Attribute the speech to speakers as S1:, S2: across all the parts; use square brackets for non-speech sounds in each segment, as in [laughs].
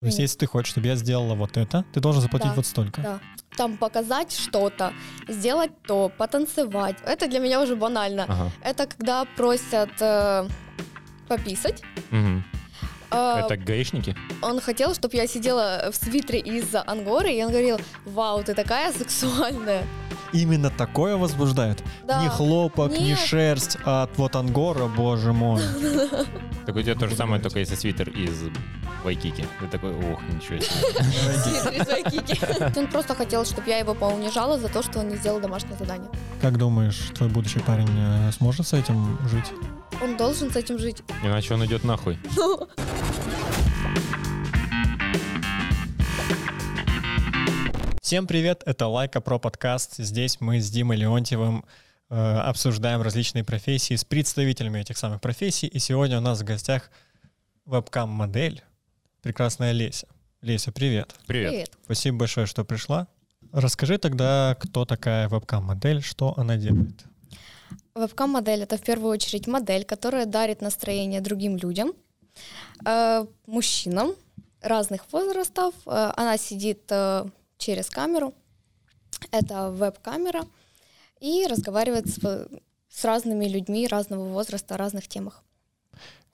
S1: То есть,
S2: Нет.
S1: если ты хочешь, чтобы я сделала вот это, ты должен заплатить
S2: Да.
S1: вот столько.
S2: Да. Там показать что-то, сделать то, потанцевать. Это для меня уже банально.
S3: Ага.
S2: Это когда просят э, пописать.
S3: Мгм.
S2: Э,
S3: Это гаишники?
S2: Он хотел, чтобы я сидела в свитере из ангоры, и он говорил, вау, ты такая
S3: [laughs]
S2: сексуальная.
S1: Именно такое возбуждает.
S2: Да.
S1: Ни хлопок, ни
S2: Нет.
S1: шерсть а от вот ангора, боже
S2: [laughs]
S1: мой.
S3: Так у тебя то же
S1: Буду
S3: самое,
S1: говорить.
S3: только если свитер из Вайкики. Ты такой, ох, ничего себе.
S2: [laughs] Свитер из Вайкики. [laughs] Он просто хотел, чтобы я его поунижала за то, что он не сделал домашнее задание.
S1: Как думаешь, твой будущий парень э, сможет с этим жить?
S2: Он должен с этим жить.
S3: Иначе он идет нахуй.
S1: Всем привет, это Лайка про подкаст. Здесь мы с Димой Леонтьевым э, обсуждаем различные профессии с представителями этих самых профессий. И сегодня у нас в гостях вебкам-модель, прекрасная Леся. Леся, привет.
S3: Привет.
S1: Спасибо большое, что пришла. Расскажи тогда, кто такая вебкам-модель, что она делает.
S2: Вебкам-модель — это в первую очередь модель, которая дарит настроение другим людям, э, мужчинам разных возрастов. Э, Она сидит э, через камеру, это веб-камера, и разговаривает с, э, с разными людьми разного возраста, о разных темах.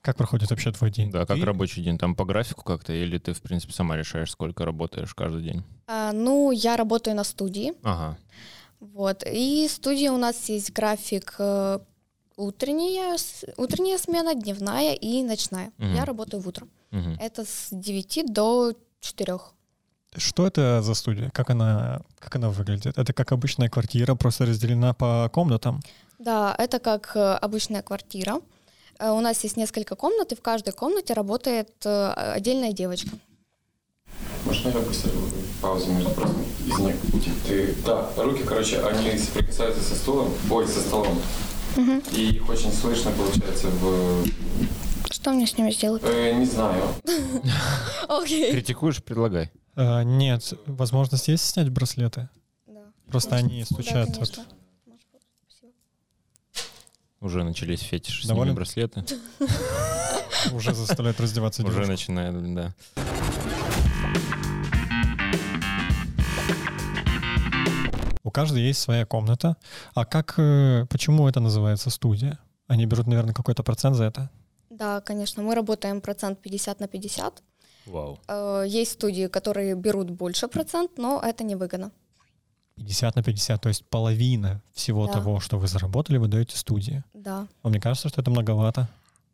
S1: Как проходит вообще твой день?
S3: Да, как
S1: Ты-
S3: а рабочий день? Там по графику как-то? Или ты, в принципе, сама решаешь, сколько работаешь каждый день?
S2: А, Ну, я работаю на студии,
S3: Ага.
S2: вот, и студия у нас есть график э, утренняя, с- утренняя смена, дневная и ночная.
S3: Мгм.
S2: Я работаю в утро.
S3: Мгм.
S2: Это с 9 до 4.
S1: Что это за студия? Как она, как она выглядит? Это как обычная квартира, просто разделена по комнатам.
S2: Да, это как э, обычная квартира. Э, У нас есть несколько комнат, и в каждой комнате работает э, отдельная девочка.
S4: Можно я поставлю паузу между фразами? Из них. Ты, да, руки, короче, они соприкасаются со стулом, ой, со столом. И их очень слышно получается в...
S2: Что мне с ними сделать?
S4: э, не знаю.
S2: Окей.
S3: Критикуешь, предлагай.
S1: Э, нет, возможность есть снять браслеты?
S2: Да.
S1: Просто они
S2: Да,
S1: стучат. вот.
S2: конечно.
S3: Уже начались фетиши, с ними
S1: Доволен?
S3: браслеты.
S2: [laughs]
S1: уже заставляют раздеваться
S3: Уже
S1: девушку.
S3: начинает, блин, да.
S1: У каждой есть своя комната. А как, э, почему это называется студия? Они берут, наверное, какой-то процент за это.
S2: Да, конечно, мы работаем процент 50 на 50.
S3: Вау.
S2: Э, Есть студии, которые берут больше процент, но это невыгодно.
S1: 50 на 50, то есть половина всего
S2: Да.
S1: того, что вы заработали, вы даете студии.
S2: Да.
S1: А мне кажется, что это многовато.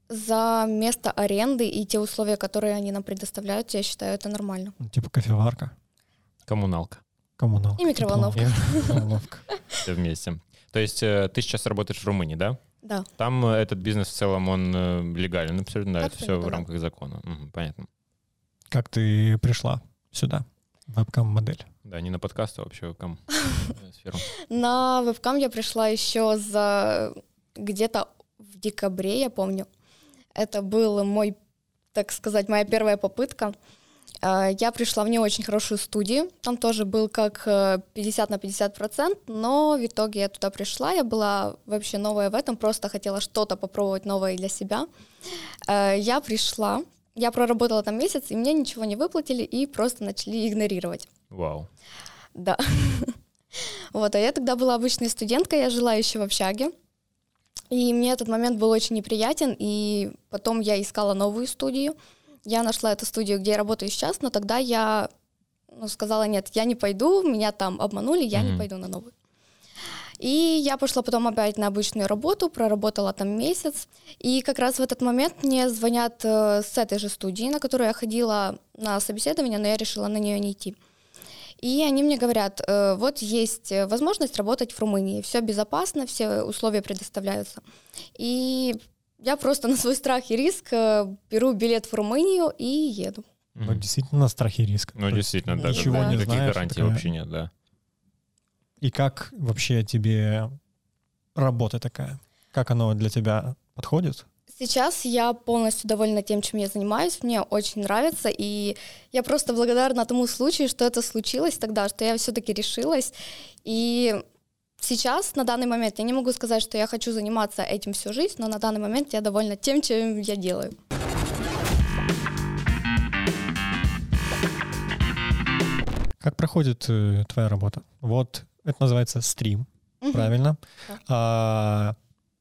S2: За место аренды и те условия, которые они нам предоставляют, я считаю, это нормально.
S1: Ну, Типа кофеварка,
S3: Коммуналка.
S1: коммуналка.
S2: И микроволновка.
S1: тепло, микроволновка.
S3: Все вместе. То есть э, ты сейчас работаешь в Румынии, да?
S2: Да.
S3: Там э, этот бизнес в целом, он э, легален абсолютно, да, это
S2: Абсолютно,
S3: все в
S2: да.
S3: рамках закона. Мгм, понятно.
S1: Как ты пришла сюда, вебкам-модель?
S3: Да, не на подкаст, а вообще в ком
S2: [laughs]
S3: э, сферу.
S2: На вебкам я пришла еще за где-то в декабре, я помню. Это был мой, так сказать, моя первая попытка. Э, Я пришла в не очень хорошую студию. Там тоже был как э, 50 на 50 процент, но в итоге я туда пришла. Я была вообще новая в этом, просто хотела что-то попробовать новое для себя. Э, Я пришла, я проработала там месяц, и мне ничего не выплатили, и просто начали игнорировать.
S3: Вау.
S2: Да. [laughs] Вот, а я тогда была обычной студенткой, я жила еще в общаге. И мне этот момент был очень неприятен, и потом я искала новую студию. Я нашла эту студию, где я работаю сейчас, но тогда я ну, сказала, нет, я не пойду, меня там обманули, я не
S3: Мгм.
S2: пойду на новую. И я пошла потом опять на обычную работу, проработала там месяц. И как раз в этот момент мне звонят э, с этой же студии, на которую я ходила на собеседование, но я решила на нее не идти. И они мне говорят, «Э, вот есть э, возможность работать в Румынии, все безопасно, все условия предоставляются. И я просто [laughs] на свой страх и риск э, беру билет в Румынию и еду.
S1: Ну,
S3: Мгм.
S1: действительно, на страхе и риск.
S3: Ну,
S1: То есть
S3: действительно, да.
S2: ничего
S3: да,
S2: не
S3: Никаких
S1: знаешь,
S3: гарантий
S1: такая-
S3: вообще нет, да.
S1: И как вообще тебе работа такая? Как оно для тебя подходит?
S2: Сейчас я полностью довольна тем, чем я занимаюсь, мне очень нравится, и я просто благодарна тому случаю, что это случилось тогда, что я все-таки решилась. И сейчас, на данный момент, я не могу сказать, что я хочу заниматься этим всю жизнь, но на данный момент я довольна тем, чем я делаю.
S1: Как проходит э, твоя работа? Вот это называется стрим,
S2: Мгм.
S1: правильно?
S2: Так.
S1: А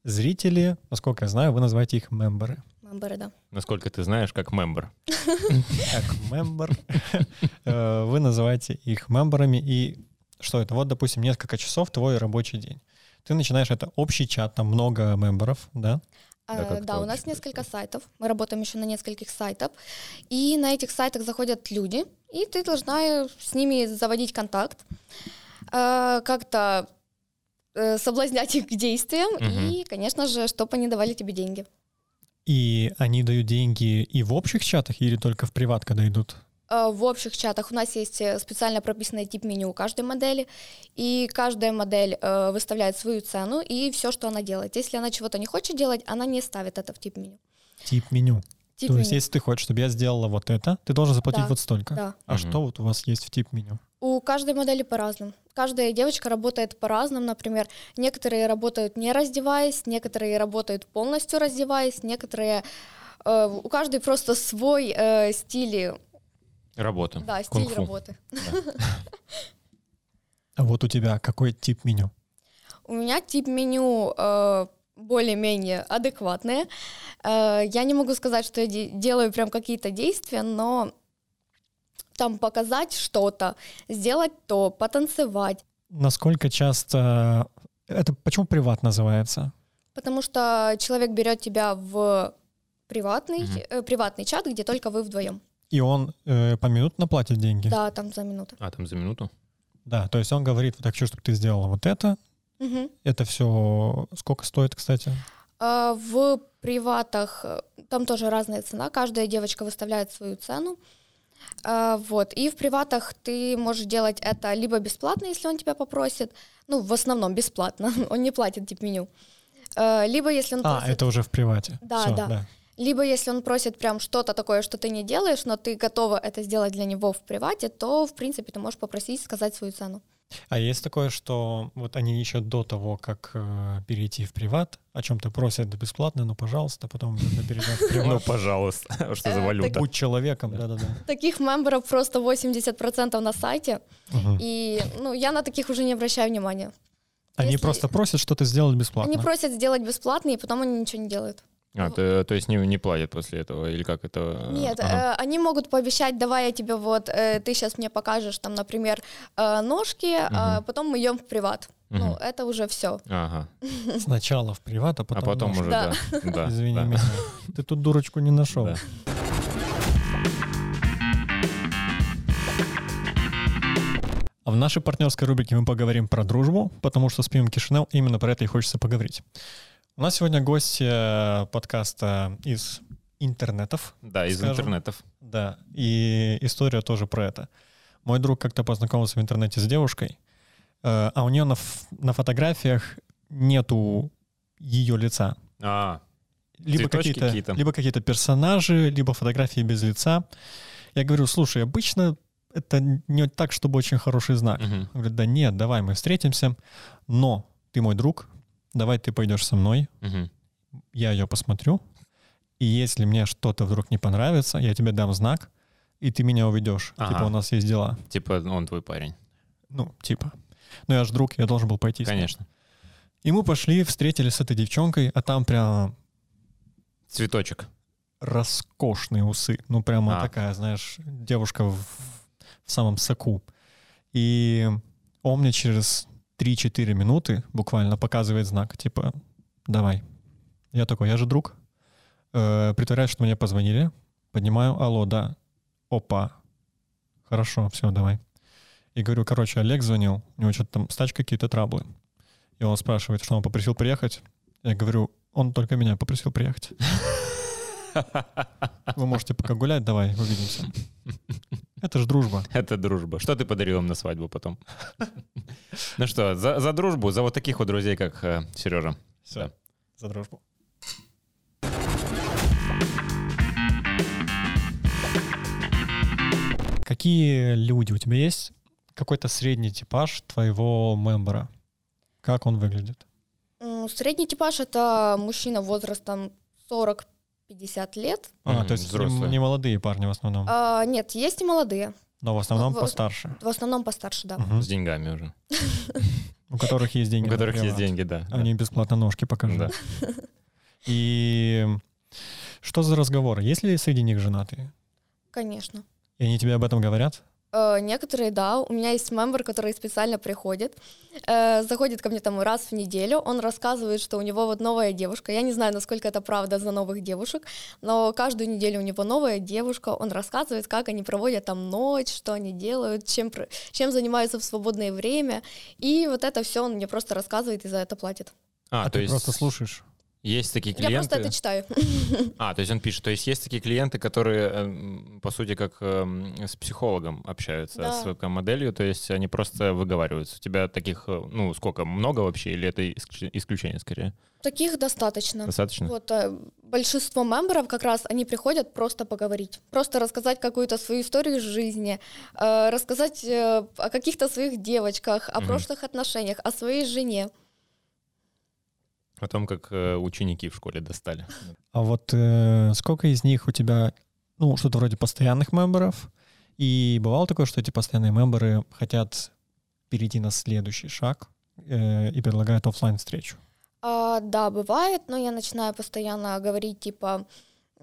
S1: зрители, насколько я знаю, вы называете их мемберы.
S2: Мемберы, да.
S3: Насколько ты знаешь, как мембер.
S1: Как мембер. [laughs] Э, Вы называете их мемберами. И что это? Вот, допустим, несколько часов твой рабочий день. Ты начинаешь это общий чат, там много мемберов, да?
S2: А,
S3: Да, как это
S2: да, у нас
S3: вообще
S2: несколько сайтов. Мы работаем еще на нескольких сайтах. И на этих сайтах заходят люди, и ты должна э, с ними заводить контакт, э, как-то э, соблазнять их к действиям,
S3: Мгм.
S2: и, конечно же, чтобы они давали тебе деньги.
S1: И они дают деньги и в общих чатах, или только в приват, когда идут?
S2: Э, В общих чатах у нас есть э, специально прописанный тип меню у каждой модели, и каждая модель э, выставляет свою цену и все, что она делает. Если она чего-то не хочет делать, она не ставит это в тип меню.
S1: Тип меню.
S2: Тип
S1: То есть,
S2: меню.
S1: если ты хочешь, чтобы я сделала вот это, ты должен заплатить
S2: Да,
S1: вот столько.
S2: да.
S1: А
S3: Мгм.
S1: что вот у вас есть в тип меню?
S2: У каждой модели по-разному. Каждая девочка работает по-разному, например, некоторые работают не раздеваясь, некоторые работают полностью раздеваясь, некоторые э, у каждой просто свой э, стиль,
S3: Работа.
S2: да, стиль
S3: Кунг-фу.
S2: работы.
S1: А вот у тебя какой тип меню?
S2: У меня тип меню э, более-менее адекватное. Э, я не могу сказать, что я де- делаю прям какие-то действия, но там показать что-то, сделать то, потанцевать,
S1: Насколько часто... Это почему приват называется?
S2: потому что человек берет тебя в приватный,
S3: Мгм.
S2: э, приватный чат, где только вы вдвоем.
S1: И он э, поминутно платит деньги?
S2: Да, там за минуту.
S3: А, там за минуту?
S1: Да, то есть он говорит, вот я хочу, чтобы ты сделала вот это.
S2: Мгм.
S1: Это все сколько стоит, кстати?
S2: А В приватах э, там тоже разная цена, каждая девочка выставляет свою цену. А, Вот. И в приватах ты можешь делать это либо бесплатно, если он тебя попросит, ну, в основном бесплатно, [laughs] он не платит тип меню. Э, Либо если он
S1: А,
S2: просит-
S1: это уже в привате.
S2: Да,
S1: Всё,
S2: да. Либо если он просит прям что-то такое, что ты не делаешь, но ты готова это сделать для него в привате, то, в принципе, ты можешь попросить сказать свою цену.
S1: А есть такое, что вот они еще до того, как э, перейти в приват, о чем-то просят бесплатно, ну, пожалуйста, потом это перейдет в
S3: Ну,
S1: приват.
S3: пожалуйста. Что за
S2: Э,
S3: валюта?
S1: Будь человеком,
S3: Да.
S1: да-да-да.
S2: Таких мемберов просто 80% на сайте,
S1: Мгм.
S2: и ну, я на таких уже не обращаю внимания.
S1: Они
S2: если-
S1: просто просят что-то сделать бесплатно.
S2: Они просят сделать бесплатно, и потом они ничего не делают.
S3: А, ты- то есть не, не платят после этого? Или как это?
S2: Нет,
S3: А, Ага.
S2: э, они могут пообещать, давай я тебе вот, э, ты сейчас мне покажешь, там, например, э, ножки, а
S3: Мгм.
S2: потом мы идем в приват. Ну,
S3: Мгм.
S2: это уже все.
S3: Ага.
S1: Сначала в приват, а
S3: А
S1: потом...
S3: потом
S1: можно.
S3: уже, да.
S2: Да. [laughs]
S3: да,
S1: Извини
S3: да.
S1: меня. Ты тут дурочку не нашел.
S3: Да.
S1: А в нашей партнерской рубрике мы поговорим про дружбу, потому что с Пимом Кишинел именно про это и хочется поговорить. У нас сегодня гость э, подкаста из интернетов,
S3: Да, из
S1: Скажем.
S3: интернетов.
S1: да, и история тоже про это. Мой друг как-то познакомился в интернете с девушкой, э, а у нее на, ф- на фотографиях нету ее лица.
S3: А,
S1: Либо
S3: Цветочки
S1: какие-то,
S3: какие-то.
S1: либо какие-то персонажи, либо фотографии без лица. Я говорю, слушай, обычно это не так, чтобы очень хороший знак.
S3: мгм.
S1: Он говорит, да нет, давай мы встретимся, но ты мой друг, давай ты пойдешь со мной,
S3: Мгм.
S1: я ее посмотрю, и если мне что-то вдруг не понравится, я тебе дам знак, и ты меня уведешь.
S3: Ага.
S1: Типа у нас есть дела.
S3: Типа он твой парень.
S1: Ну, типа. Ну я же друг, я должен был пойти. с ним.
S3: Конечно.
S1: И мы пошли, встретились с этой девчонкой, а там прям
S3: Цветочек.
S1: роскошные усы. Ну, прямо
S3: А.
S1: такая, знаешь, девушка в, в самом соку. И он мне через 3-4 минуты буквально показывает знак, типа, давай. Я такой, я же друг. Э, притворяюсь, что мне позвонили. Поднимаю, алло, да. Опа. Хорошо, все, давай. И говорю, короче, Олег звонил, у него что-то там стачка какие-то траблы. И он спрашивает, что он попросил приехать. Я говорю, он только меня попросил приехать. Вы можете пока гулять, давай,
S3: [laughs]
S1: увидимся. Это же дружба.
S3: Это дружба. Что ты подарил им на свадьбу потом? Ну что, за за дружбу, за вот таких вот друзей, как э, Сережа.
S1: Всё,
S3: Да.
S1: За дружбу. Какие люди у тебя есть? Какой-то средний типаж твоего мембера? Как он выглядит?
S2: М, Средний типаж — это мужчина возрастом 40-50 лет.
S1: А,
S3: Мгм,
S1: то есть не,
S3: взрослые.
S1: не молодые парни в основном.
S2: А, нет, есть и молодые.
S1: Но в основном
S2: В-
S1: постарше.
S2: В основном постарше, да.
S1: Мгм.
S3: С деньгами уже.
S1: У которых есть деньги.
S3: У
S1: на
S3: которых есть
S1: прилад.
S3: деньги, да. да.
S1: Они бесплатно ножки покажут.
S3: Да.
S1: [laughs] И что за разговоры? Есть ли среди них женатые?
S2: Конечно.
S1: И они тебе об этом говорят?
S2: Э, некоторые, да. У меня есть мембер, который специально приходит. э, заходит ко мне там раз в неделю. Он рассказывает, что у него вот новая девушка. Я не знаю, насколько это правда за новых девушек, но каждую неделю у него новая девушка. Он рассказывает, как они проводят там ночь, что они делают, чем, про- чем занимаются в свободное время. И вот это все он мне просто рассказывает и за это платит.
S3: А,
S1: А
S3: то
S1: ты
S3: есть
S1: просто слушаешь?
S3: есть такие
S2: Я просто
S3: клиенты.
S2: это читаю.
S3: А, то есть он пишет, то есть есть такие клиенты, которые, эм, по сути, как эм, с психологом общаются,
S2: Да.
S3: с вебкам-моделью, то есть они просто выговариваются. У тебя таких, э, ну, сколько, много вообще, или это исключ- исключение скорее?
S2: Таких достаточно.
S3: Достаточно?
S2: Вот э, большинство мемберов как раз они приходят просто поговорить, просто рассказать какую-то свою историю из жизни, э, рассказать э, о каких-то своих девочках, о
S3: Мгм.
S2: прошлых отношениях, о своей жене.
S3: О том, как э, ученики в школе достали.
S1: А вот э, сколько из них у тебя, ну, что-то вроде постоянных мемберов? И бывало такое, что эти постоянные мемберы хотят перейти на следующий шаг э, и предлагают оффлайн встречу
S2: А, да, бывает, но я начинаю постоянно говорить типа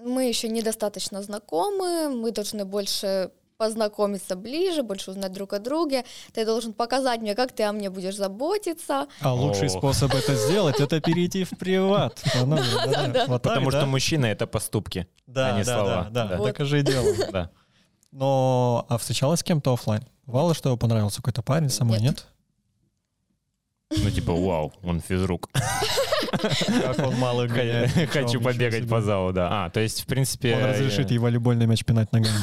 S2: мы еще недостаточно знакомы, мы должны больше познакомиться ближе, больше узнать друг о друге. Ты должен показать мне, как ты о мне будешь заботиться.
S1: А лучший
S3: О.
S1: способ это сделать — это перейти в
S3: [laughs]
S1: приват. Она- да, да, вот так,
S3: Потому
S1: да?
S3: что мужчина — это поступки.
S1: Да,
S3: а не
S1: да,
S3: слова.
S1: да, да,
S3: Да.
S1: так и же и дело.
S3: Да.
S1: Но а встречалась с кем-то оффлайн? Бывало, что понравился какой-то парень, самой
S2: Нет.
S1: нет?
S3: Ну, типа, вау, он физрук.
S1: Как он
S3: [laughs]
S1: мало гоняет,
S3: Х-
S1: ничего,
S3: Хочу
S1: ничего
S3: побегать
S1: себе.
S3: по залу, да. А, то есть, в принципе...
S1: Он разрешит
S3: э,
S1: ей волейбольный мяч пинать ногами.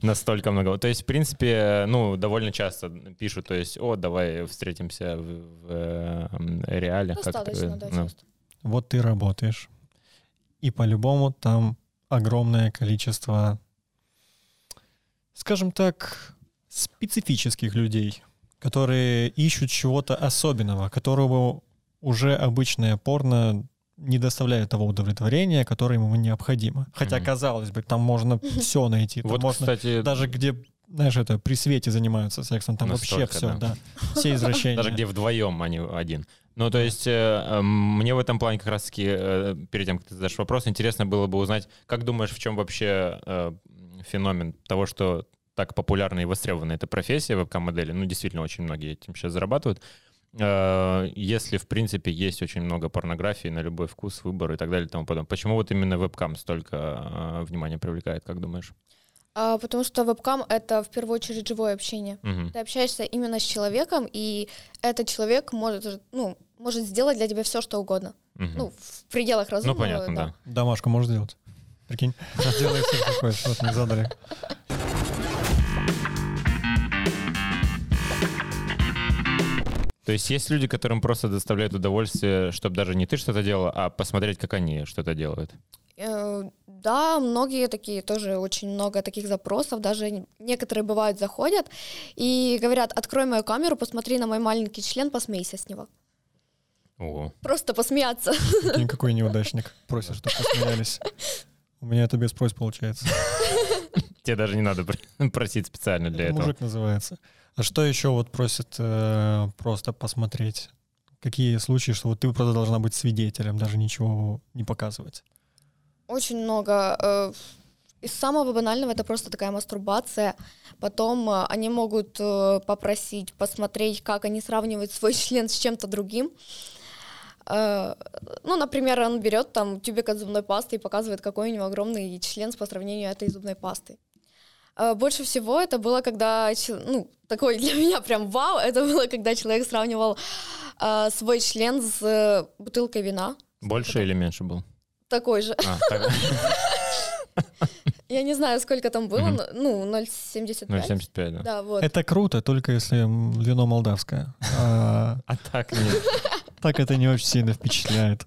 S3: Настолько много. То есть, в принципе, ну, довольно часто пишут, то есть, о, давай встретимся в, в, э, м, реале. как это
S2: Достаточно, да,
S3: говорят? Ну,
S2: часто.
S1: Вот ты работаешь, и по-любому там огромное количество, скажем так, специфических людей, которые ищут чего-то особенного, которого уже обычное порно не доставляет того удовлетворения, которое ему необходимо. Хотя,
S3: Мгм.
S1: казалось бы, там можно все найти. Там
S3: Вот,
S1: можно
S3: кстати,
S1: даже где, знаешь, это при свете занимаются сексом, там вообще
S3: Настолько,
S1: все, да.
S3: да.
S1: Все извращения.
S3: даже где вдвоем, а не один. Ну, то есть, э, э, мне в этом плане как раз-таки, э, перед тем, как ты задашь вопрос, интересно было бы узнать, как думаешь, в чем вообще э, феномен того, что так популярна и востребована эта профессия вебкам-модели? Ну, действительно, очень многие этим сейчас зарабатывают. Э, если, в принципе, есть очень много порнографии на любой вкус, выбор и так далее и тому подобное. Почему вот именно вебкам столько э, внимания привлекает, как думаешь?
S2: А, потому что вебкам — это в первую очередь живое общение.
S3: Мгм.
S2: Ты общаешься именно с человеком, и этот человек может, ну, может сделать для тебя все, что угодно.
S3: Мгм.
S2: Ну, в пределах
S3: Ну,
S2: разумного.
S3: понятно, да.
S1: Домашку можешь сделать? Прикинь, сделай все, что хочешь, вот мне задали.
S3: То есть есть люди, которым просто доставляет удовольствие, чтобы даже не ты что-то делала, а посмотреть, как они что-то делают.
S2: Э, Да, многие такие, тоже очень много таких запросов, даже н- некоторые бывают заходят и говорят, открой мою камеру, посмотри на мой маленький член, посмейся с него.
S3: О,
S2: Просто посмеяться.
S1: Прикинь, какой неудачник. Просит, чтобы посмеялись. У меня это без просьб получается.
S3: тебе даже не надо пр- [laughs] просить специально для
S1: Это
S3: этого.
S1: мужик называется. А что еще вот просит э, просто посмотреть? Какие случаи, что вот ты просто должна быть свидетелем, даже ничего не показывать?
S2: Очень много. э, Из самого банального это просто такая мастурбация. Потом э, они могут э, попросить посмотреть, как они сравнивают свой [laughs] член с чем-то другим. Э, Ну, например, он берет там тюбик от зубной пасты и показывает, какой у него огромный член по сравнению этой зубной пасты. Э, Больше всего это было, когда, чел- ну, такой [laughs] для меня прям вау, это было, когда человек сравнивал э, свой член с э, бутылкой вина,
S3: Больше или меньше был?
S2: такой же.
S3: А, так,
S2: Я не знаю, сколько там было,
S3: Мгм.
S2: но- ну, 0,75.
S3: 0,75, да.
S2: Да, вот.
S1: Это круто, только если м, вино молдавское. А,
S3: А так нет.
S1: Так это не очень сильно впечатляет.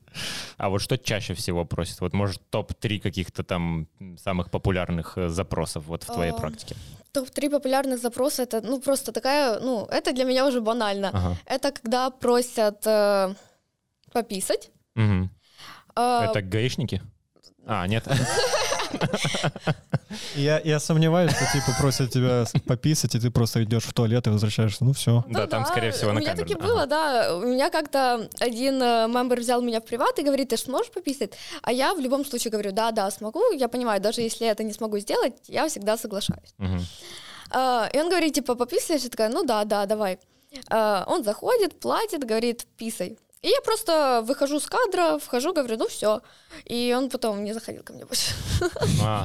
S3: А вот что чаще всего просят? Вот, может, топ-3 каких-то там м, самых популярных э, запросов вот в твоей
S2: А.
S3: практике?
S2: Топ-3 популярных запроса, это, ну, просто такая, ну, это для меня уже банально.
S1: а,
S3: Ага.
S2: Это когда просят э, пописать.
S3: Мгм.
S2: э,
S1: а, [laughs]
S3: Это гаишники? А, нет.
S1: Я, я сомневаюсь, что типа просят тебя с- пописать, и ты просто идешь в туалет и возвращаешься. Ну все.
S3: Да, там, скорее всего,
S2: у
S3: на
S2: меня
S3: камеру.
S2: таки
S3: Ага.
S2: было, да. У меня как-то один э, мембер взял меня в приват и говорит, ты ж сможешь пописать? А я в любом случае говорю, да, да, смогу. Я понимаю, даже если я это не смогу сделать, я всегда соглашаюсь.
S3: Мгм.
S2: А, И он говорит, типа, пописаешь? Я такая, ну да, да, давай. А, Он заходит, платит, говорит, писай. И я просто выхожу с кадра, вхожу, говорю, ну все. И он потом не заходил ко мне больше.
S3: А,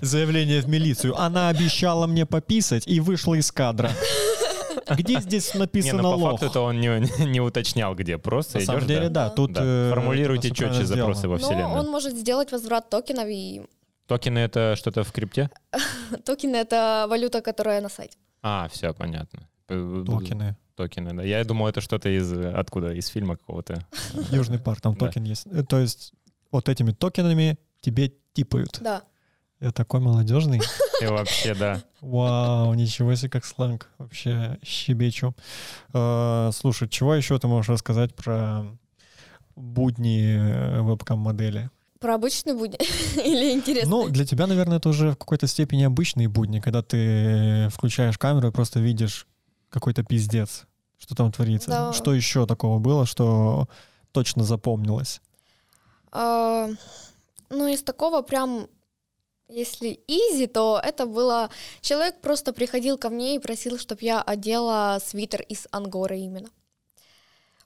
S1: Заявление в милицию. Она обещала мне пописать и вышла из кадра. Где здесь
S3: Не,
S1: написано
S3: ну по
S1: лох?
S3: факту-то он не, не уточнял, где. Просто
S1: На
S3: идешь,
S1: самом деле,
S3: да.
S1: да. Тут
S3: Да.
S1: э,
S3: Формулируйте
S1: всё
S3: четче
S1: правильно
S3: запросы
S1: сделано.
S3: во вселенную.
S2: Но он может сделать возврат токенов, и
S3: Токены — это что-то в крипте?
S2: токены — это валюта, которая на сайте.
S3: А, все, понятно. Э,
S1: Токены.
S3: Токены, да. Я думал, это что-то из... э, Откуда? Из фильма какого-то.
S1: Южный парк, там
S3: Да.
S1: токен есть. Э, То есть вот этими токенами тебе типают.
S2: Да.
S1: Я такой молодежный.
S3: И вообще, да.
S1: Вау, ничего себе, как сленг. Вообще щебечу. Э, Слушай, чего еще ты можешь рассказать про будни э, вебкам-модели?
S2: Про обычный будни [laughs] или интересный?
S1: Ну, для тебя, наверное, это уже в какой-то степени обычные будни, когда ты включаешь камеру и просто видишь какой-то пиздец, что там творится.
S2: Да.
S1: Что еще такого было, что точно запомнилось?
S2: А, ну, из такого прям, если изи, то это было... Человек просто приходил ко мне и просил, чтобы я одела свитер из ангоры именно.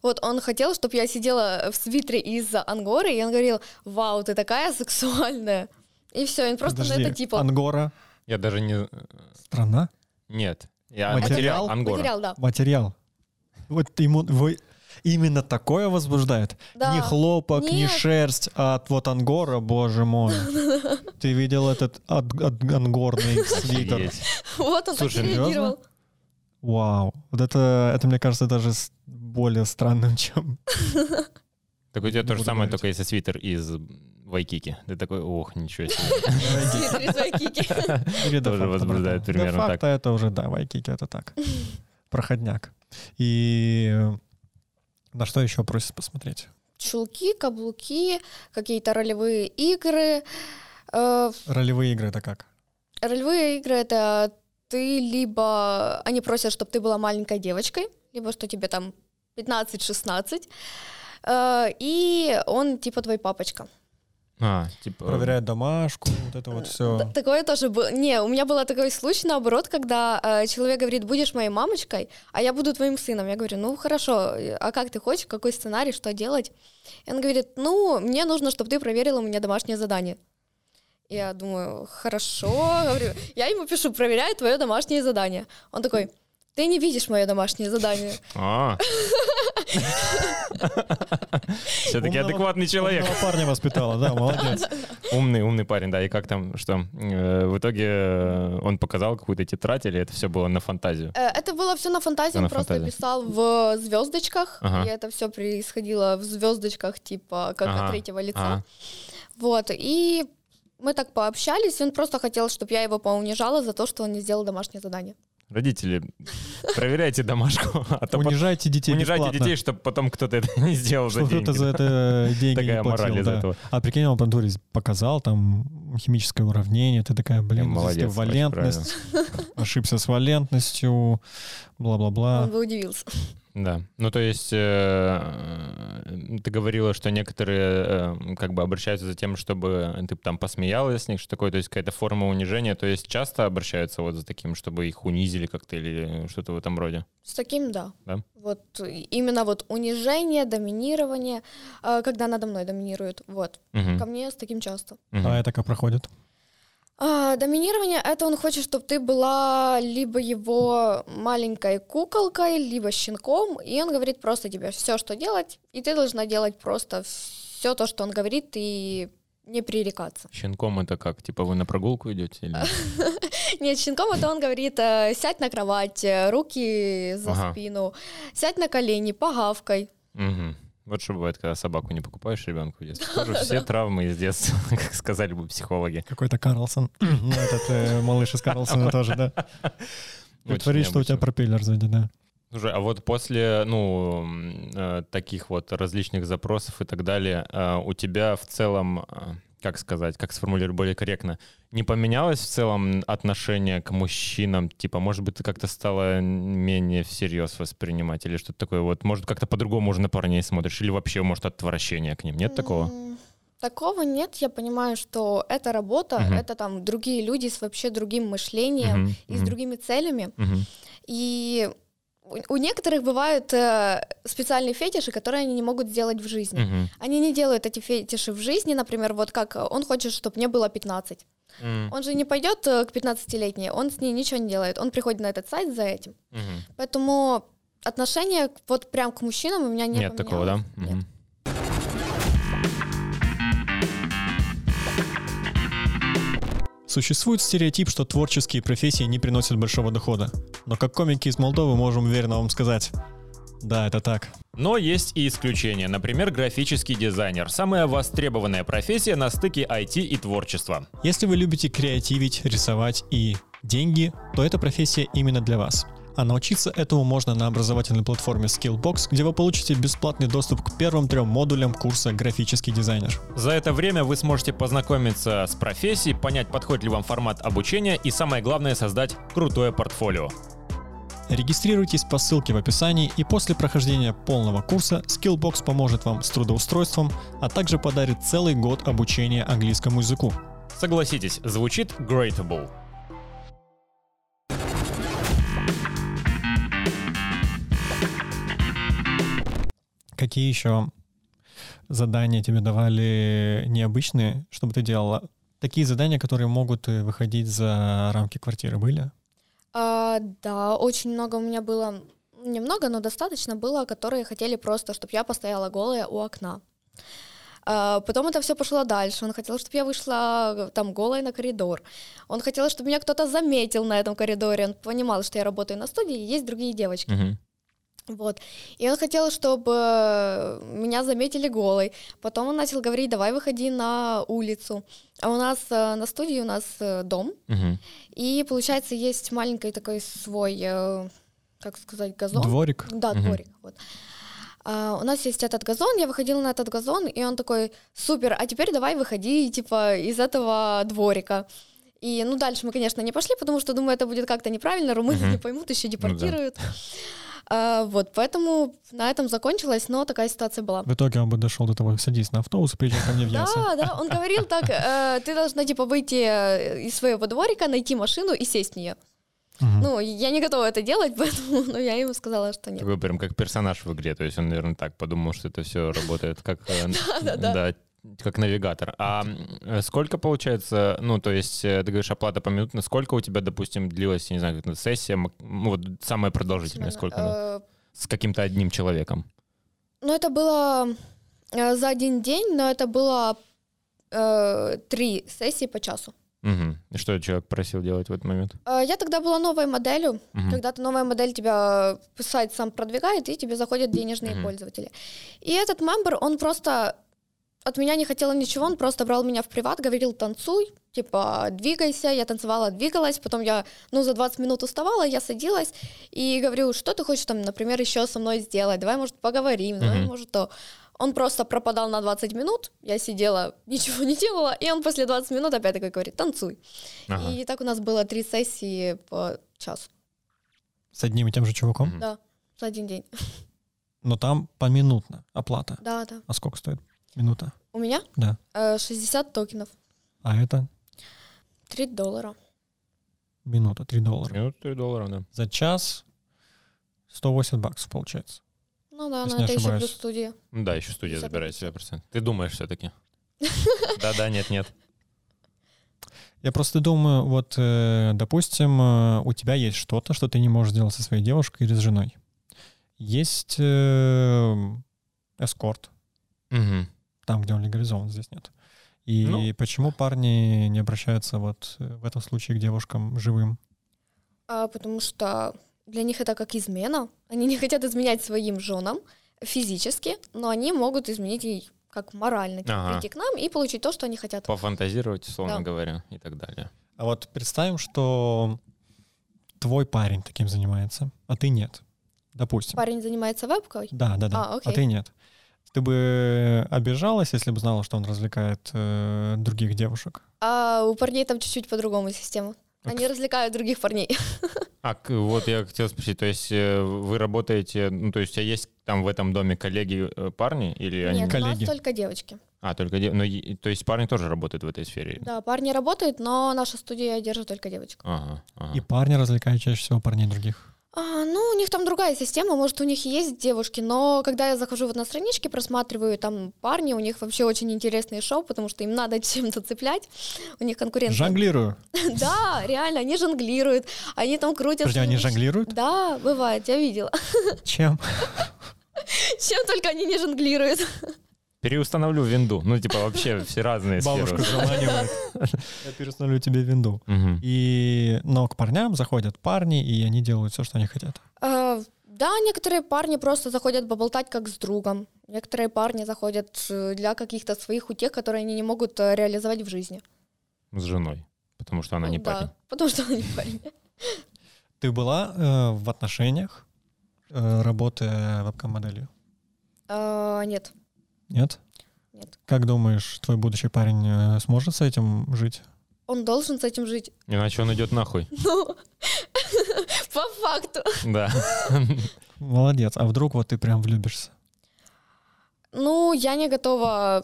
S2: Вот он хотел, чтобы я сидела в свитере из ангоры, и он говорил, вау, ты такая сексуальная. И все, он просто
S1: Подожди,
S2: на это типа...
S1: Ангора,
S3: Я даже не...
S1: страна,
S3: Нет. Я
S1: Материал?
S3: материал Ангора.
S2: Потерял, типа, да.
S1: материал. Вот ему вы- именно такое возбуждает.
S2: Да.
S1: Не хлопок, не
S2: Нет.
S1: шерсть, а от вот ангора, боже мой. Ты видел этот от, от-
S3: [laughs]
S1: ангорный свитер?
S3: Офигеть.
S2: Вот он
S3: Слушай,
S2: так и
S1: серьезно?
S2: реагировал.
S1: Вау. Вот это, это, мне кажется, даже с- более странным, чем...
S3: Так у тебя
S1: Не
S3: то же
S1: буду
S3: самое,
S1: говорить.
S3: только если свитер из Вайкики. Ты такой, ох, ничего себе.
S1: [laughs]
S2: Свитер из Вайкики.
S1: Или до
S3: Тоже
S1: факта,
S3: возбуждает
S1: братан. До
S3: примерно так.
S1: факта это уже, да, вайкики, это
S2: [laughs]
S1: так. Проходняк. И э, на что еще просят посмотреть?
S2: Чулки, каблуки, какие-то ролевые игры. Э,
S1: Ролевые игры это как?
S2: Ролевые игры это ты либо они просят, чтобы ты была маленькой девочкой, либо что тебе там 15-16, э, и он типа твой папочка.
S3: А, типа...
S1: Проверяют домашку, вот это вот
S2: Т-
S1: все.
S2: Такое тоже было. Не, у меня был такой случай наоборот, когда э, человек говорит, будешь моей мамочкой, а я буду твоим сыном. Я говорю, ну хорошо, э, а как ты хочешь, какой сценарий, что делать? И он говорит, ну мне нужно, чтобы ты проверила у меня домашнее задание. Я думаю, хорошо, [laughs] говорю, я ему пишу, проверяю твое домашнее задание. Он такой, ты не видишь мое домашнее задание. [laughs]
S1: [laughs]
S3: А. Все-таки
S1: Умного-
S3: адекватный человек.
S1: Умного парня воспитала, да, молодец.
S3: [laughs] Умный, умный парень, да. И как там, что? э, В итоге э, он показал какую-то тетрадь или это все было на фантазию?
S2: Э, Это было все на фантазии,
S3: Да, на
S2: он просто
S3: фантазии.
S2: писал в звездочках,
S3: Ага.
S2: и это все происходило в звездочках, типа как
S3: Ага,
S2: от третьего лица.
S3: А,
S2: Вот, и мы так пообщались, и он просто хотел, чтобы я его поунижала за то, что он не сделал домашнее задание.
S3: родители, проверяйте домашку, [laughs] а то потом-
S1: Унижайте детей
S3: унижайте
S1: бесплатно.
S3: детей, чтобы потом кто-то это не сделал за
S1: Что
S3: деньги.
S1: кто-то за это э, деньги
S3: Такая
S1: не платил,
S3: мораль из
S1: да.
S3: этого.
S1: А прикинь, он Бандури показал там химическое уравнение, ты такая, блин,
S3: Прям
S1: вот здесь
S3: молодец, очень
S1: валентность, ошибся с валентностью,
S2: Он
S3: А.
S1: бла-бла-бла.
S2: бы удивился.
S3: Да. Ну, то есть, э, э, ты говорила, что некоторые э, как бы обращаются за тем, чтобы ты там посмеялась с них, что такое, то есть какая-то форма унижения, то есть часто обращаются вот за таким, чтобы их унизили как-то или что-то в этом роде.
S2: С таким, да.
S3: Да?
S2: Вот и- именно вот унижение, доминирование, э, когда надо мной доминируют. Вот.
S3: Мгм.
S2: Ко мне с таким часто.
S3: Мгм.
S1: А это как проходит?
S2: А, доминирование это он хочет, чтобы ты была либо его маленькой куколкой, либо щенком, и он говорит просто тебе все, что делать, и ты должна делать просто все то, что он говорит, и не пререкаться.
S3: Щенком это как? Типа вы на прогулку идете? Или...
S2: Нет, щенком это он говорит, э, сядь на кровать, э, руки за
S3: Ага.
S2: спину, сядь на колени, погавкой.
S3: Мгм. Вот что бывает, когда собаку не покупаешь ребенку в детстве. Тоже все травмы из детства, [laughs] как сказали бы психологи.
S1: Какой-то Карлсон. [clears throat] Ну, этот э, малыш из
S3: [laughs]
S1: Карлсона тоже, да.
S3: Очень
S1: Притворись, что у тебя
S3: необычно.
S1: пропеллер сзади, да.
S3: Слушай, а вот после, ну, м, э, таких вот различных запросов и так далее, э, у тебя в целом э, как сказать, как сформулировать более корректно, не поменялось в целом отношение к мужчинам? Типа, может быть, ты как-то стала менее всерьез воспринимать или что-то такое? Вот, может, как-то по-другому уже на парней смотришь? Или вообще, может, отвращение к ним? Нет такого?
S2: М, Такого нет, я понимаю, что это работа,
S3: Мгм.
S2: это там другие люди с вообще другим мышлением
S3: Мгм,
S2: и с
S3: мгм,
S2: другими целями.
S3: мгм.
S2: И у- у некоторых бывают э, специальные фетиши, которые они не могут сделать в жизни.
S3: Мгм.
S2: Они не делают эти фетиши в жизни, например, вот как э, он хочет, чтобы мне было 15.
S3: Мгм.
S2: Он же не пойдет э, к 15-летней, он с ней ничего не делает, он приходит на этот сайт за этим.
S3: Мгм.
S2: Поэтому отношение к- вот прям к мужчинам у меня не
S3: Нет такого, да?
S2: поменялось. Нет.
S3: Мгм.
S1: Существует стереотип, что творческие профессии не приносят большого дохода. Но как комики из Молдовы можем уверенно вам сказать. Да, это так.
S3: Но есть и исключения, например, графический дизайнер. Самая востребованная профессия на стыке IT и творчества.
S1: Если вы любите креативить, рисовать и деньги, то эта профессия именно для вас. А научиться этому можно на образовательной платформе Skillbox, где вы получите бесплатный доступ к первым трем модулям курса «Графический дизайнер».
S3: За это время вы сможете познакомиться с профессией, понять, подходит ли вам формат обучения и самое главное создать крутое портфолио.
S1: Регистрируйтесь по ссылке в описании, и после прохождения полного курса Skillbox поможет вам с трудоустройством, а также подарит целый год обучения английскому языку.
S3: Согласитесь, звучит greatable.
S1: Какие еще задания тебе давали необычные, чтобы ты делала? Такие задания, которые могут э, выходить за рамки квартиры, были?
S2: А, да, очень много у меня было, немного, но достаточно было, которые хотели просто, чтобы я постояла голая у окна. А, потом это все пошло дальше. Он хотел, чтобы я вышла э, там голая на коридор. Он хотел, чтобы меня кто-то заметил на этом коридоре. Он понимал, что я работаю на студии, и есть другие девочки. Вот. И он хотел, чтобы э, меня заметили голой. Потом он начал говорить, давай выходи на улицу. А у нас э, на студии у нас э, дом, и получается есть маленький такой свой, э, как сказать, газон.
S1: Дворик?
S2: Да,
S3: Мгм.
S2: дворик. Вот. А, у нас есть этот газон, я выходила на этот газон, и он такой, супер, а теперь давай выходи, типа, из этого дворика. И, ну, дальше мы, конечно, не пошли, потому что, думаю, это будет как-то неправильно, румыны
S3: Мгм. Ну
S2: не поймут, еще депортируют. А, вот, поэтому на этом закончилось, но такая ситуация была.
S1: В итоге он бы дошел до того, садись на автобус и приезжай ко мне в Ясы.
S2: [laughs] Да, да, он говорил так, э, ты должна, типа, выйти э, из своего дворика, найти машину и сесть в нее.
S1: Мгм.
S2: Ну, я не готова это делать, [laughs] поэтому ну, я ему сказала, что нет.
S3: Такой прям как персонаж в игре. То есть он, наверное, так подумал, что это все работает как...
S2: [laughs]
S3: э,
S2: Да-да-да.
S3: да, как навигатор. А э, сколько получается, ну, то есть, э, ты говоришь, оплата поминутно, сколько у тебя, допустим, длилась, я не знаю, как это, сессия, мак- ну, вот самая продолжительная, сколько она?
S2: Э,
S3: С каким-то одним человеком.
S2: Ну, это было э, за один день, но это было э, три сессии по часу.
S3: Мгм. И Что человек просил делать в этот момент?
S2: Э, Я тогда была новой моделью.
S3: Мгм.
S2: Когда ты новая модель, тебя э, сайт сам продвигает, и тебе заходят денежные
S3: Мгм.
S2: пользователи. И этот мембер, он просто от меня не хотел ничего, он просто брал меня в приват, говорил, танцуй, типа, двигайся. Я танцевала, двигалась, потом я, ну, за 20 минут уставала, я садилась и говорю, что ты хочешь там, например, еще со мной сделать, давай, может, поговорим, давай,
S3: Мгм.
S2: может, то. Он просто пропадал на 20 минут, я сидела, [laughs] ничего не делала, и он после 20 минут опять такой говорит, танцуй.
S3: Ага.
S2: И так у нас было три сессии по часу
S1: С одним и тем же чуваком?
S3: Мгм.
S2: да. за один день.
S1: Но там поминутно оплата.
S2: Да, да.
S1: А сколько стоит минута?
S2: У меня
S1: Да.
S2: э, 60 токенов,
S1: А это
S2: 3 доллара.
S1: минута, 3 доллара.
S3: Ну, 3 доллара, да.
S1: За час 180 баксов получается.
S2: Ну да,
S1: Если
S2: но
S1: не
S2: это еще
S1: ошибаюсь.
S2: плюс студия.
S3: Ну Да, еще студия забирает себя процент. Ты думаешь
S2: [laughs]
S3: все-таки? Да-да, нет-нет.
S1: Я просто думаю, вот, э, допустим, э, у тебя есть что-то, что ты не можешь сделать со своей девушкой или с женой. Есть э, эскорт,
S3: Мгм.
S1: там, где он легализован, здесь нет. И
S3: Ну.
S1: почему парни не обращаются вот э, в этом случае к девушкам живым?
S2: А, потому что для них это как измена. Они не хотят изменять своим женам физически, но они могут изменить ей как морально. Типа,
S3: Ага.
S2: Прийти к нам и получить то, что они хотят.
S3: Пофантазировать, условно
S2: Да.
S3: говоря, и так далее.
S1: А вот представим, что твой парень таким занимается, а ты нет. Допустим.
S2: Парень занимается вебкой.
S1: Да, да, да.
S2: А,
S1: А,
S2: окей.
S1: ты нет. Ты бы обижалась, если бы знала, что он развлекает э, других девушек?
S2: А у парней там чуть-чуть по-другому система. Они развлекают других парней.
S3: А к- вот я хотел спросить, то есть э, вы работаете, ну то есть у тебя есть там в этом доме коллеги э, парни или они?
S2: Нет, у нас
S1: коллеги.
S2: только девочки.
S3: А только де- ну, и- то есть парни тоже работают в этой сфере?
S2: Да, парни работают, но наша студия держит только девочек.
S3: Ага, ага.
S1: И парни развлекают чаще всего парней других.
S2: А, ну, у них там другая система, может, у них и есть девушки, но когда я захожу вот на странички, просматриваю там парни, у них вообще очень интересные шоу, потому что им надо [laughs] чем-то цеплять, у них конкуренция.
S1: Жонглирую.
S2: Да, реально, они жонглируют, они там крутят.
S1: Подожди, они
S2: шнурки.
S1: жонглируют?
S2: Да, бывает, я видела. [laughs]
S1: Чем?
S2: Чем только они не жонглируют.
S3: Переустановлю винду, ну типа
S2: [laughs]
S3: вообще все разные сферы.
S1: Бабушку заманивают. Я переустановлю тебе винду.
S3: Мгм.
S1: И, но к парням заходят парни, и они делают все, что они хотят.
S2: А, Да, некоторые парни просто заходят поболтать как с другом. Некоторые парни заходят э, для каких-то своих утех, которые они не могут э, реализовать в жизни.
S3: С женой, потому что она не
S2: Ну да,
S3: парень.
S2: потому что она не парень.
S1: Ты была э, в отношениях, э, работая вебкам-моделью?
S2: А, Нет.
S1: Нет?
S2: Нет.
S1: Как думаешь, твой будущий парень э, сможет с этим жить?
S2: Он должен с этим жить. [laughs]
S3: Иначе он идет нахуй.
S2: Ну, [laughs] по факту.
S3: Да.
S1: Молодец. А вдруг вот ты прям влюбишься?
S2: Ну, я не готова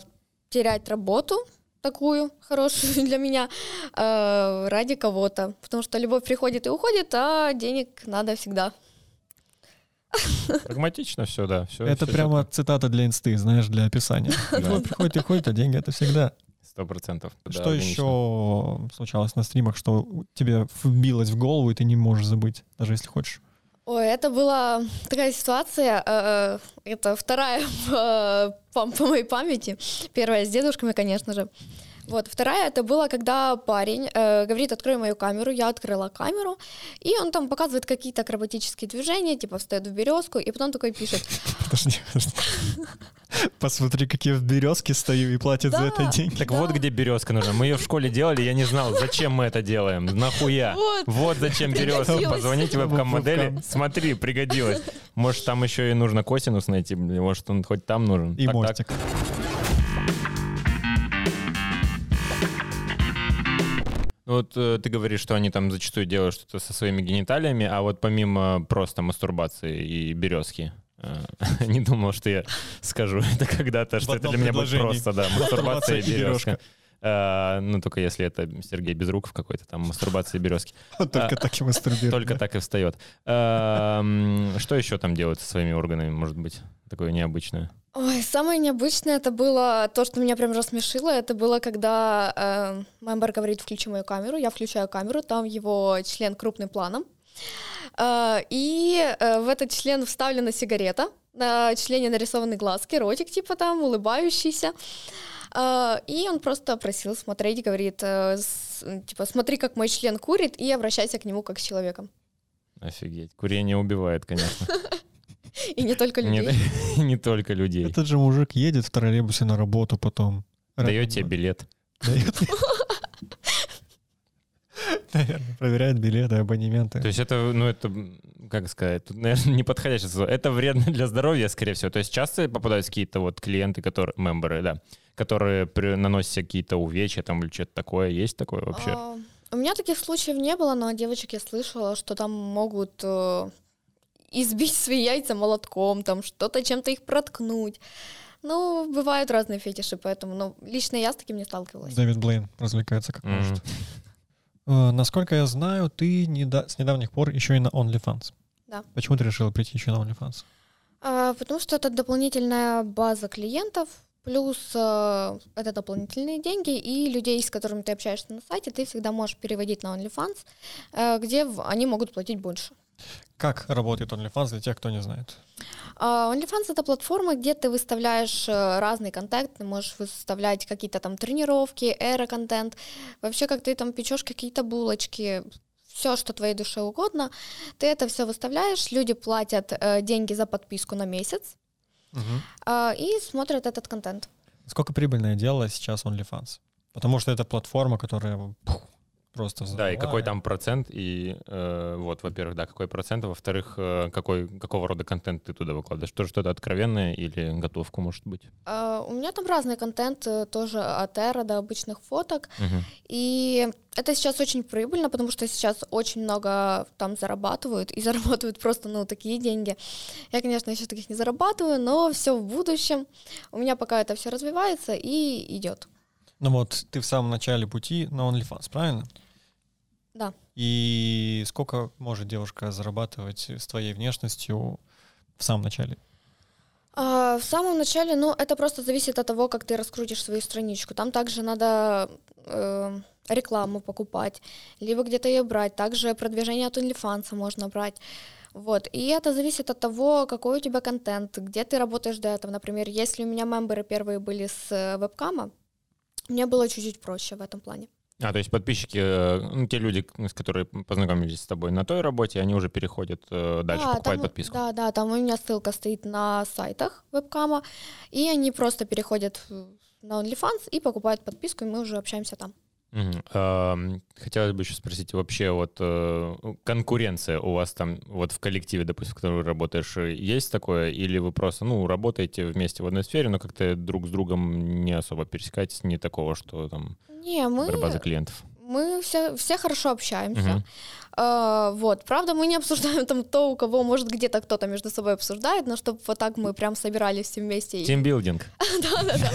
S2: терять работу такую хорошую [laughs] для меня э, ради кого-то. Потому что любовь приходит и уходит, а денег надо всегда.
S3: Прагматично все, да. всё-
S1: это
S3: всё
S1: прямо цитата для инсты, знаешь, для описания.
S3: чётко. Да,
S1: Твой приходит и ходит, а деньги это всегда.
S3: Сто процентов. Да,
S1: что
S3: органично.
S1: еще случалось на стримах, что у- тебе вбилось в голову, и ты не можешь забыть, даже если хочешь? [laughs]
S2: Ой, это была такая ситуация, э, это вторая [laughs] э, по, по моей памяти, первая с дедушками, конечно же. Вот, вторая это было, когда парень э, говорит, открой мою камеру, я открыла камеру, и он там показывает какие-то акробатические движения, типа встает в березку, и потом такой пишет,
S1: Подожди, подожди. [laughs] Посмотри, какие в березке стою и платят за это
S2: Да.
S1: деньги.
S3: Так
S2: Да.
S3: вот где березка нужна. Мы ее в школе делали, я не знал, зачем мы это делаем. Нахуя?
S2: Вот.
S3: Вот зачем березка.
S2: Пригодилось.
S3: Позвоните вебкам-модели. Смотри, пригодилось. Может, там еще и нужно косинус найти. блин, Может, он хоть там нужен.
S1: И
S3: Так, так.
S1: мостик. [laughs]
S3: Ну Вот э, ты говоришь, что они там зачастую делают что-то со своими гениталиями, а вот помимо просто мастурбации и березки. э, [laughs] Не думал, что я скажу [laughs] это когда-то, что это
S1: одном
S3: для меня будет
S1: предложении.
S3: просто, да, мастурбация
S1: Мастурбация
S3: и
S1: и
S3: березка. Э, Ну, только если это Сергей Безруков какой-то, там мастурбация и березки.
S1: Только так и мастурбируют.
S3: Только так и встает. Эм, Что еще там делают со своими органами, может быть, такое необычное?
S2: Ой, самое необычное это было то, что меня прям рассмешило. Это было, когда э, мембер говорит, включи мою камеру, я включаю камеру, там его член крупным планом. Э, и э, в этот член вставлена сигарета, на члене нарисованы глазки, ротик типа там, улыбающийся. Э, и он просто просил смотреть, говорит, э, с- типа, смотри, как мой член курит, и обращайся к нему как к человеком.
S3: Офигеть. Курение убивает, конечно.
S2: И не только людей.
S3: Не [laughs] не только людей.
S1: Этот же мужик едет в троллейбусе на работу потом.
S3: Дает тебе билет.
S1: Дает мне. Наверное, проверяет билеты, абонементы.
S3: То есть это, ну это, м, как сказать, тут, наверное, [laughs] неподходящее слово. Это вредно для здоровья, скорее всего. То есть часто попадаются какие-то вот клиенты, которые, мемберы, да, которые при- наносят себе какие-то увечья там или что-то такое. Есть такое вообще?
S2: А, У меня таких случаев не было, но от девочек я слышала, что там могут э, избить свои яйца молотком, там что-то чем-то их проткнуть. Ну, бывают разные фетиши, поэтому, но лично я с таким не сталкивалась.
S1: Дэвид Блейн развлекается как
S3: Мгм.
S1: может. Э, Насколько я знаю, ты неда- с недавних пор еще и на OnlyFans.
S2: Да.
S1: Почему ты решила прийти еще на OnlyFans?
S2: А, потому что это дополнительная база клиентов, плюс э, это дополнительные деньги и людей, с которыми ты общаешься на сайте, ты всегда можешь переводить на OnlyFans, э, где в- они могут платить больше.
S1: Как работает OnlyFans для тех, кто не знает?
S2: А, OnlyFans это платформа, где ты выставляешь э, разный контент, ты можешь выставлять какие-то там тренировки, эро-контент, вообще как ты там печешь какие-то булочки, все, что твоей душе угодно, ты это все выставляешь, люди платят э, деньги за подписку на месяц а, и смотрят этот контент.
S1: Сколько прибыльное дело сейчас OnlyFans? Потому что это платформа, которая пух, просто
S3: Да, и
S1: взорвали.
S3: какой там процент, и э, вот, во-первых, да, какой процент, а во-вторых, э, какой, какого рода контент ты туда выкладываешь? Тоже что-то откровенное или готовку, может быть?
S2: А, У меня там разный контент, э, тоже от эра до обычных фоток.
S3: Мгм.
S2: И это сейчас очень прибыльно, потому что сейчас очень много там зарабатывают, и [laughs] зарабатывают просто, ну, такие деньги. Я, конечно, еще таких не зарабатываю, но все в будущем. У меня пока это все развивается и идет.
S1: Ну вот, ты в самом начале пути на OnlyFans, правильно?
S2: Да.
S1: И сколько может девушка зарабатывать с твоей внешностью в самом начале?
S2: А, в самом начале, ну, это просто зависит от того, как ты раскрутишь свою страничку. Там также надо э, рекламу покупать, либо где-то ее брать. Также продвижение от OnlyFans можно брать. Вот. И это зависит от того, какой у тебя контент, где ты работаешь до этого. Например, если у меня мемберы первые были с э, вебкама, мне было чуть-чуть проще в этом плане.
S3: А, то есть подписчики, э, ну, те люди, с которые познакомились с тобой на той работе, они уже переходят э, дальше,
S2: Да, А, там-
S3: покупают подписку.
S2: Да, да, там у меня ссылка стоит на сайтах вебкама, и они просто переходят в- на OnlyFans и покупают подписку, и мы уже общаемся там.
S3: Мгм. Эм, Хотелось бы еще спросить, вообще вот э, конкуренция у вас там вот в коллективе, допустим, в котором вы работаешь, э, есть такое? Или вы просто, ну, работаете вместе в одной сфере, но как-то друг с другом не особо пересекаетесь, не такого, что там
S2: Не, мы,
S3: борьба за клиентов?
S2: мы все, все хорошо общаемся.
S3: Мгм.
S2: А, вот, правда, мы не обсуждаем там то, у кого, может, где-то кто-то между собой обсуждает, но чтобы вот так мы прям собирались все вместе и-
S3: Тимбилдинг.
S2: [laughs] Да-да-да.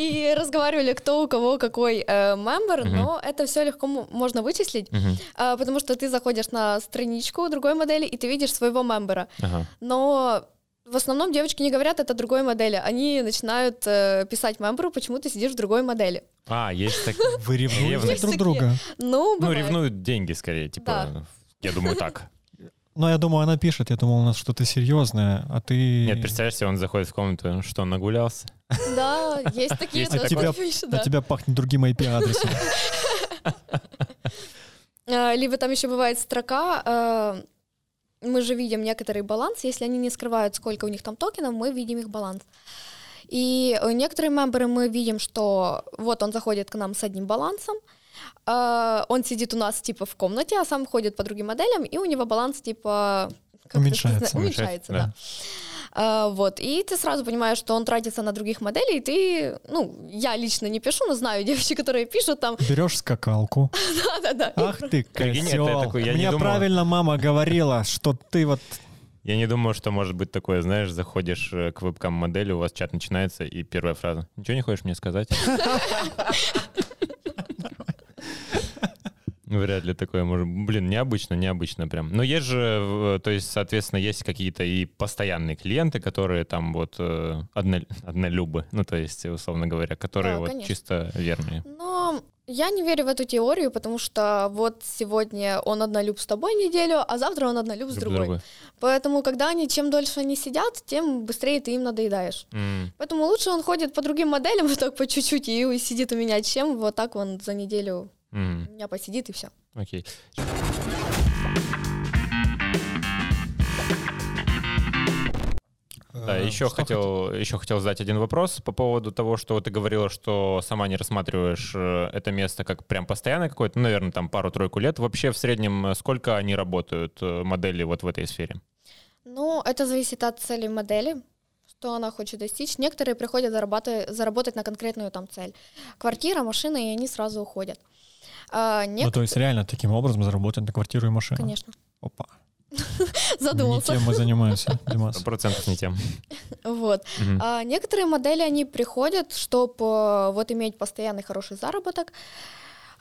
S2: и разговаривали, кто у кого какой э, мембер,
S3: Мгм.
S2: но это все легко м- можно вычислить,
S3: Мгм.
S2: а, потому что ты заходишь на страничку другой модели, и ты видишь своего мембера. [laughs]
S3: Ага.
S2: Но в основном девочки не говорят, это другой модели. Они начинают э, писать мемберу, почему ты сидишь в другой модели.
S3: А, есть так...
S1: Вы ревнуете
S3: Ревность.
S1: друг друга?
S2: Ну,
S3: Ну,
S2: бывает.
S3: ревнуют деньги скорее, типа...
S2: Да.
S3: Я думаю, так.
S1: Ну, я думаю, она пишет, я думал, у нас что-то серьезное, а ты...
S3: Нет, представляешь себе, он заходит в комнату, что, нагулялся?
S2: Да, есть такие
S1: Есть и
S2: тоже
S1: такое.
S2: вещи,
S1: От
S2: да.
S1: тебя пахнет другим
S3: [laughs]
S1: IP-адресом.
S2: А, Либо там еще бывает строка, э, мы же видим некоторый баланс, если они не скрывают, сколько у них там токенов, мы видим их баланс. И э, некоторые мемберы мы видим, что вот он заходит к нам с одним балансом, э, он сидит у нас типа в комнате, а сам ходит по другим моделям, и у него баланс типа... как это
S1: Уменьшается.
S2: сказать? Уменьшается,
S3: Уменьшается,
S2: да. А, вот, и ты сразу понимаешь, что он тратится на других моделей, и ты, ну, я лично не пишу, но знаю девочек, которые пишут там, [laughs]
S1: Берешь скакалку.
S2: да-да-да,
S1: Ах ты,
S3: Прикинь, это я
S1: козел.
S3: такой, я не
S1: Мне
S3: думал.
S1: правильно мама говорила, что ты вот...
S3: Я не думал, что может быть такое, знаешь, заходишь э, к вебкам-модели, у вас чат начинается, и первая фраза. Ничего не хочешь мне сказать? Ну, Вряд ли такое может. Блин, необычно, необычно прям. Но есть же, э, то есть, соответственно, есть какие-то и постоянные клиенты, которые там вот э, одно- однолюбы, ну, то есть, условно говоря, которые
S2: Да,
S3: вот
S2: конечно.
S3: чисто верные.
S2: Но я не верю в эту теорию, потому что вот сегодня он однолюб с тобой неделю, а завтра он однолюб с
S3: Друг
S2: другой.
S3: друга.
S2: Поэтому, когда они, чем дольше они сидят, тем быстрее ты им надоедаешь.
S3: М.
S2: Поэтому лучше он ходит по другим моделям [laughs] вот так по чуть-чуть и сидит у меня, чем вот так он за неделю
S3: Мгм.
S2: у меня посидит и все.
S3: Окей. Да,
S1: э,
S3: еще
S1: что
S3: хотел, еще хотел задать один вопрос по поводу того, что ты говорила, что сама не рассматриваешь э, это место как прям постоянное какое-то, ну, наверное, там пару-тройку лет. Вообще в среднем э, сколько они работают, э, модели вот в этой сфере?
S2: Ну, это зависит от цели модели, что она хочет достичь. Некоторые приходят зарабатывать, заработать на конкретную там цель. Квартира, машина, и они сразу уходят. А,
S1: Ну,
S2: нет,
S1: то есть реально таким образом заработать на квартиру и машину.
S2: конечно. [laughs]
S1: Опа. Не
S2: Задумался.
S1: тем мы занимаемся, Димас.
S3: [laughs] Сто процентов не тем.
S2: Вот.
S3: Мгм.
S2: А некоторые модели, они приходят, чтобы вот иметь постоянный хороший заработок,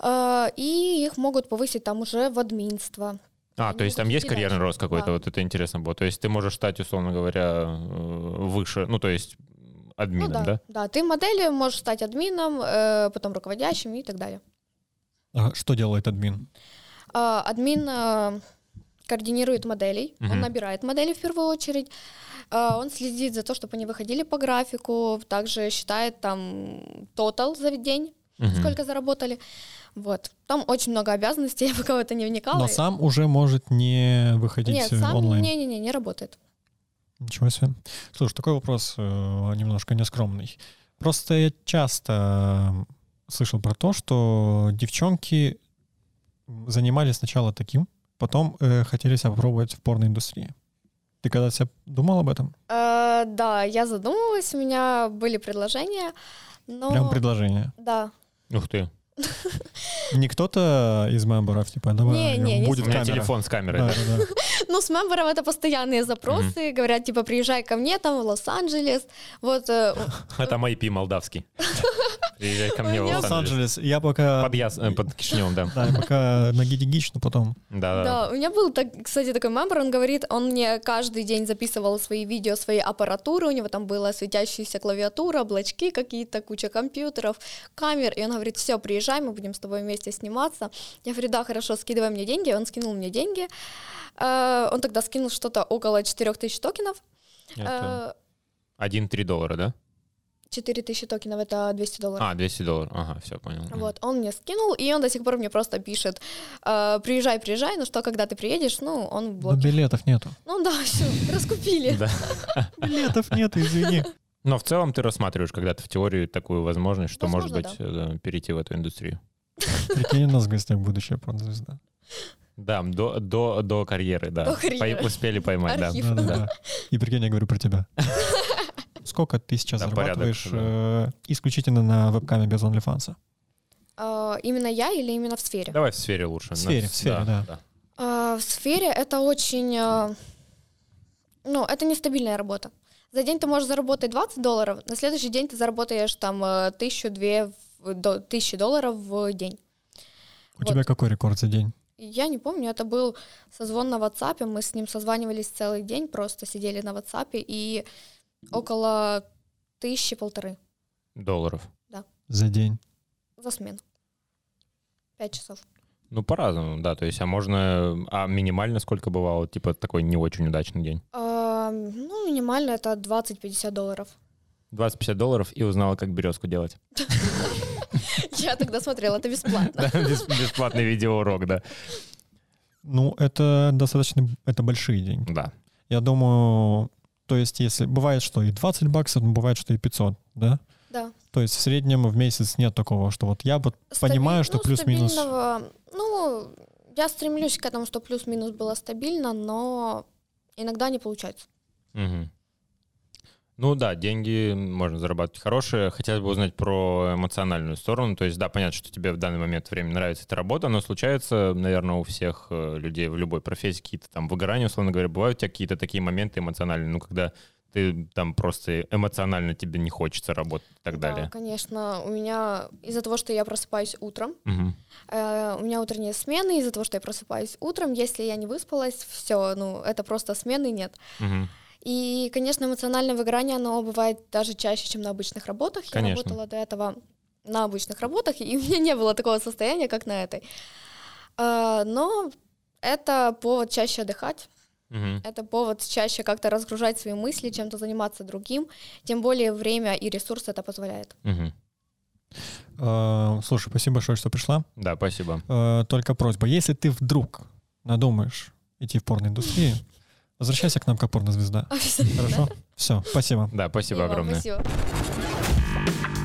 S2: э, и их могут повысить там уже в админство.
S3: А,
S2: они
S3: то есть там
S2: могут
S3: есть
S2: идти
S3: карьерный
S2: дальше.
S3: рост какой-то,
S2: ну, Да.
S3: вот это интересно было. То есть ты можешь стать, условно говоря, э, выше, ну, то есть
S2: Ну
S3: админом,
S2: да,
S3: да?
S2: ты модель можешь стать админом, э, потом руководящим и так далее.
S1: А Что делает админ?
S2: А, админ э, координирует моделей,
S3: Мгм.
S2: он набирает модели в первую очередь, э, он следит за то, чтобы они выходили по графику, также считает там тотал за день,
S3: Мгм.
S2: сколько заработали. Вот. Там очень много обязанностей, [laughs] я пока в это не вникала.
S1: Но сам уже может не выходить
S2: Нет,
S1: э,
S2: сам
S1: онлайн.
S2: не-не-не, не работает.
S1: Ничего себе. Слушай, такой вопрос э, немножко нескромный. Просто я часто слышал про то, что девчонки занимались сначала таким, потом э, хотели себя попробовать в порноиндустрии. Ты когда себя думал об этом?
S2: Э, да, я задумывалась, у меня были предложения,
S3: Ну,
S2: но...
S1: Прям предложение.
S2: Да.
S3: Ух ты.
S1: Не кто-то из мемберов, типа, давай,
S2: Не, не, не
S3: У
S1: будет
S3: меня
S1: камера.
S3: телефон с камерой.
S1: Да, да,
S3: да.
S1: да.
S2: Ну, с мембером это постоянные запросы, говорят, типа, приезжай ко мне там в Лос-Анджелес. Вот э,
S3: Это
S2: [laughs]
S3: IP молдавский. Приезжай ко мне в
S2: Понятно.
S1: Лос-Анджелес.
S3: Лос-Анджелес.
S1: Я пока...
S3: Под, Яс- э, под Кишиневым, да.
S1: Да, я пока на гигиенич, но потом...
S3: Да, да.
S2: Да, у меня был, так, кстати, такой мембер, он говорит, он мне каждый день записывал свои видео, свои аппаратуры, у него там была светящаяся клавиатура, облачки какие-то, куча компьютеров, камер, и он говорит, все, приезжай, мы будем с тобой вместе сниматься. Я говорю, да, хорошо, скидывай мне деньги, он скинул мне деньги, Э, он тогда скинул что-то около 4000 токенов,
S3: Это
S2: Э,
S3: 1-3 доллара, да?
S2: 4000 токенов это 200 долларов.
S3: А, 200 долларов. Ага, все, понял. Мгм.
S2: Вот, он мне скинул, и он до сих пор мне просто пишет, «Э, приезжай, приезжай, ну что, когда ты приедешь, ну, он в
S1: Но
S2: блоке.
S1: билетов нету.
S2: Ну да, все, [laughs] раскупили.
S3: Да.
S1: Билетов нет, извини.
S3: Но в целом ты рассматриваешь когда-то в теории такую возможность, что, может
S2: Возможно,
S3: быть, э, перейти в эту индустрию.
S1: Прикинь, у нас в гостях будущая порнозвезда.
S3: Да, до, до, до карьеры, да.
S2: До карьеры.
S3: Пой- успели поймать, да.
S2: Архив.
S1: Да, да, да. И прикинь, я говорю про тебя. Сколько ты сейчас
S3: Да, порядок,
S1: зарабатываешь
S3: да.
S1: э, исключительно на вебкаме без OnlyFans?
S2: А, Именно я или именно в сфере?
S3: Давай в сфере лучше.
S1: В сфере,
S3: На-
S1: в сфере, да.
S2: А, В сфере это очень... а, Ну, это нестабильная работа. За день ты можешь заработать 20 долларов, на следующий день ты заработаешь там э, тысячу, две, в- до- тысячи долларов в день.
S1: У
S2: Вот.
S1: тебя какой рекорд за день?
S2: И Я не помню, это был созвон на WhatsApp, мы с ним созванивались целый день, просто сидели на WhatsApp, и около тысячи полторы
S3: Долларов.
S1: За день.
S2: за смену. Пять часов.
S3: Ну, по-разному, да. То есть, а можно... А минимально сколько бывало? Типа такой не очень удачный день.
S2: А, Ну, минимально это 20-50 долларов.
S3: 20-50 долларов и узнала, как березку делать.
S2: Я тогда смотрела,
S1: [laughs]
S2: это бесплатно.
S3: Да, [laughs] бес- Бесплатный видеоурок, да.
S1: Ну, это достаточно, это большие деньги.
S3: Да.
S1: Я думаю, то есть если бывает, что и 20 баксов, но бывает, что и 500, да?
S2: Да.
S1: То есть в среднем в месяц нет такого, что вот я вот понимаю, что
S2: Стабиль- ну,
S1: плюс-минус.
S2: стабильного- Ну, я стремлюсь к этому, чтобы плюс-минус было стабильно, но иногда не получается.
S3: Мгм. Ну да, деньги можно зарабатывать хорошие. Хотелось бы узнать про эмоциональную сторону. То есть, да, понятно, что тебе в данный момент времени нравится эта работа, но случается, наверное, у всех э, людей в любой профессии какие-то там выгорания, условно говоря, бывают у тебя какие-то такие моменты эмоциональные, ну, когда ты там просто эмоционально тебе не хочется работать и так
S2: Да,
S3: далее.
S2: конечно, у меня из-за того, что я просыпаюсь утром,
S3: Мгм.
S2: э, у меня утренние смены, из-за того, что я просыпаюсь утром, если я не выспалась, все, ну, это просто смены нет.
S3: Мгм.
S2: И, конечно, эмоциональное выгорание, оно бывает даже чаще, чем на обычных работах. Я
S3: Конечно.
S2: работала до этого на обычных работах, и [laughs] у меня не было такого состояния, как на этой. А, Но это повод чаще отдыхать,
S3: Мгм.
S2: это повод чаще как-то разгружать свои мысли, чем-то заниматься другим, тем более время и ресурс это позволяет. [laughs]
S3: Мгм.
S1: Э, слушай, спасибо большое, что пришла.
S3: Да, спасибо.
S1: Э, только просьба, если ты вдруг надумаешь идти в порноиндустрию, возвращайся к нам как порнозвезда.
S2: Обязательно.
S1: Хорошо? Все, спасибо.
S3: Да,
S2: И
S3: спасибо
S2: вам
S3: огромное.
S2: спасибо.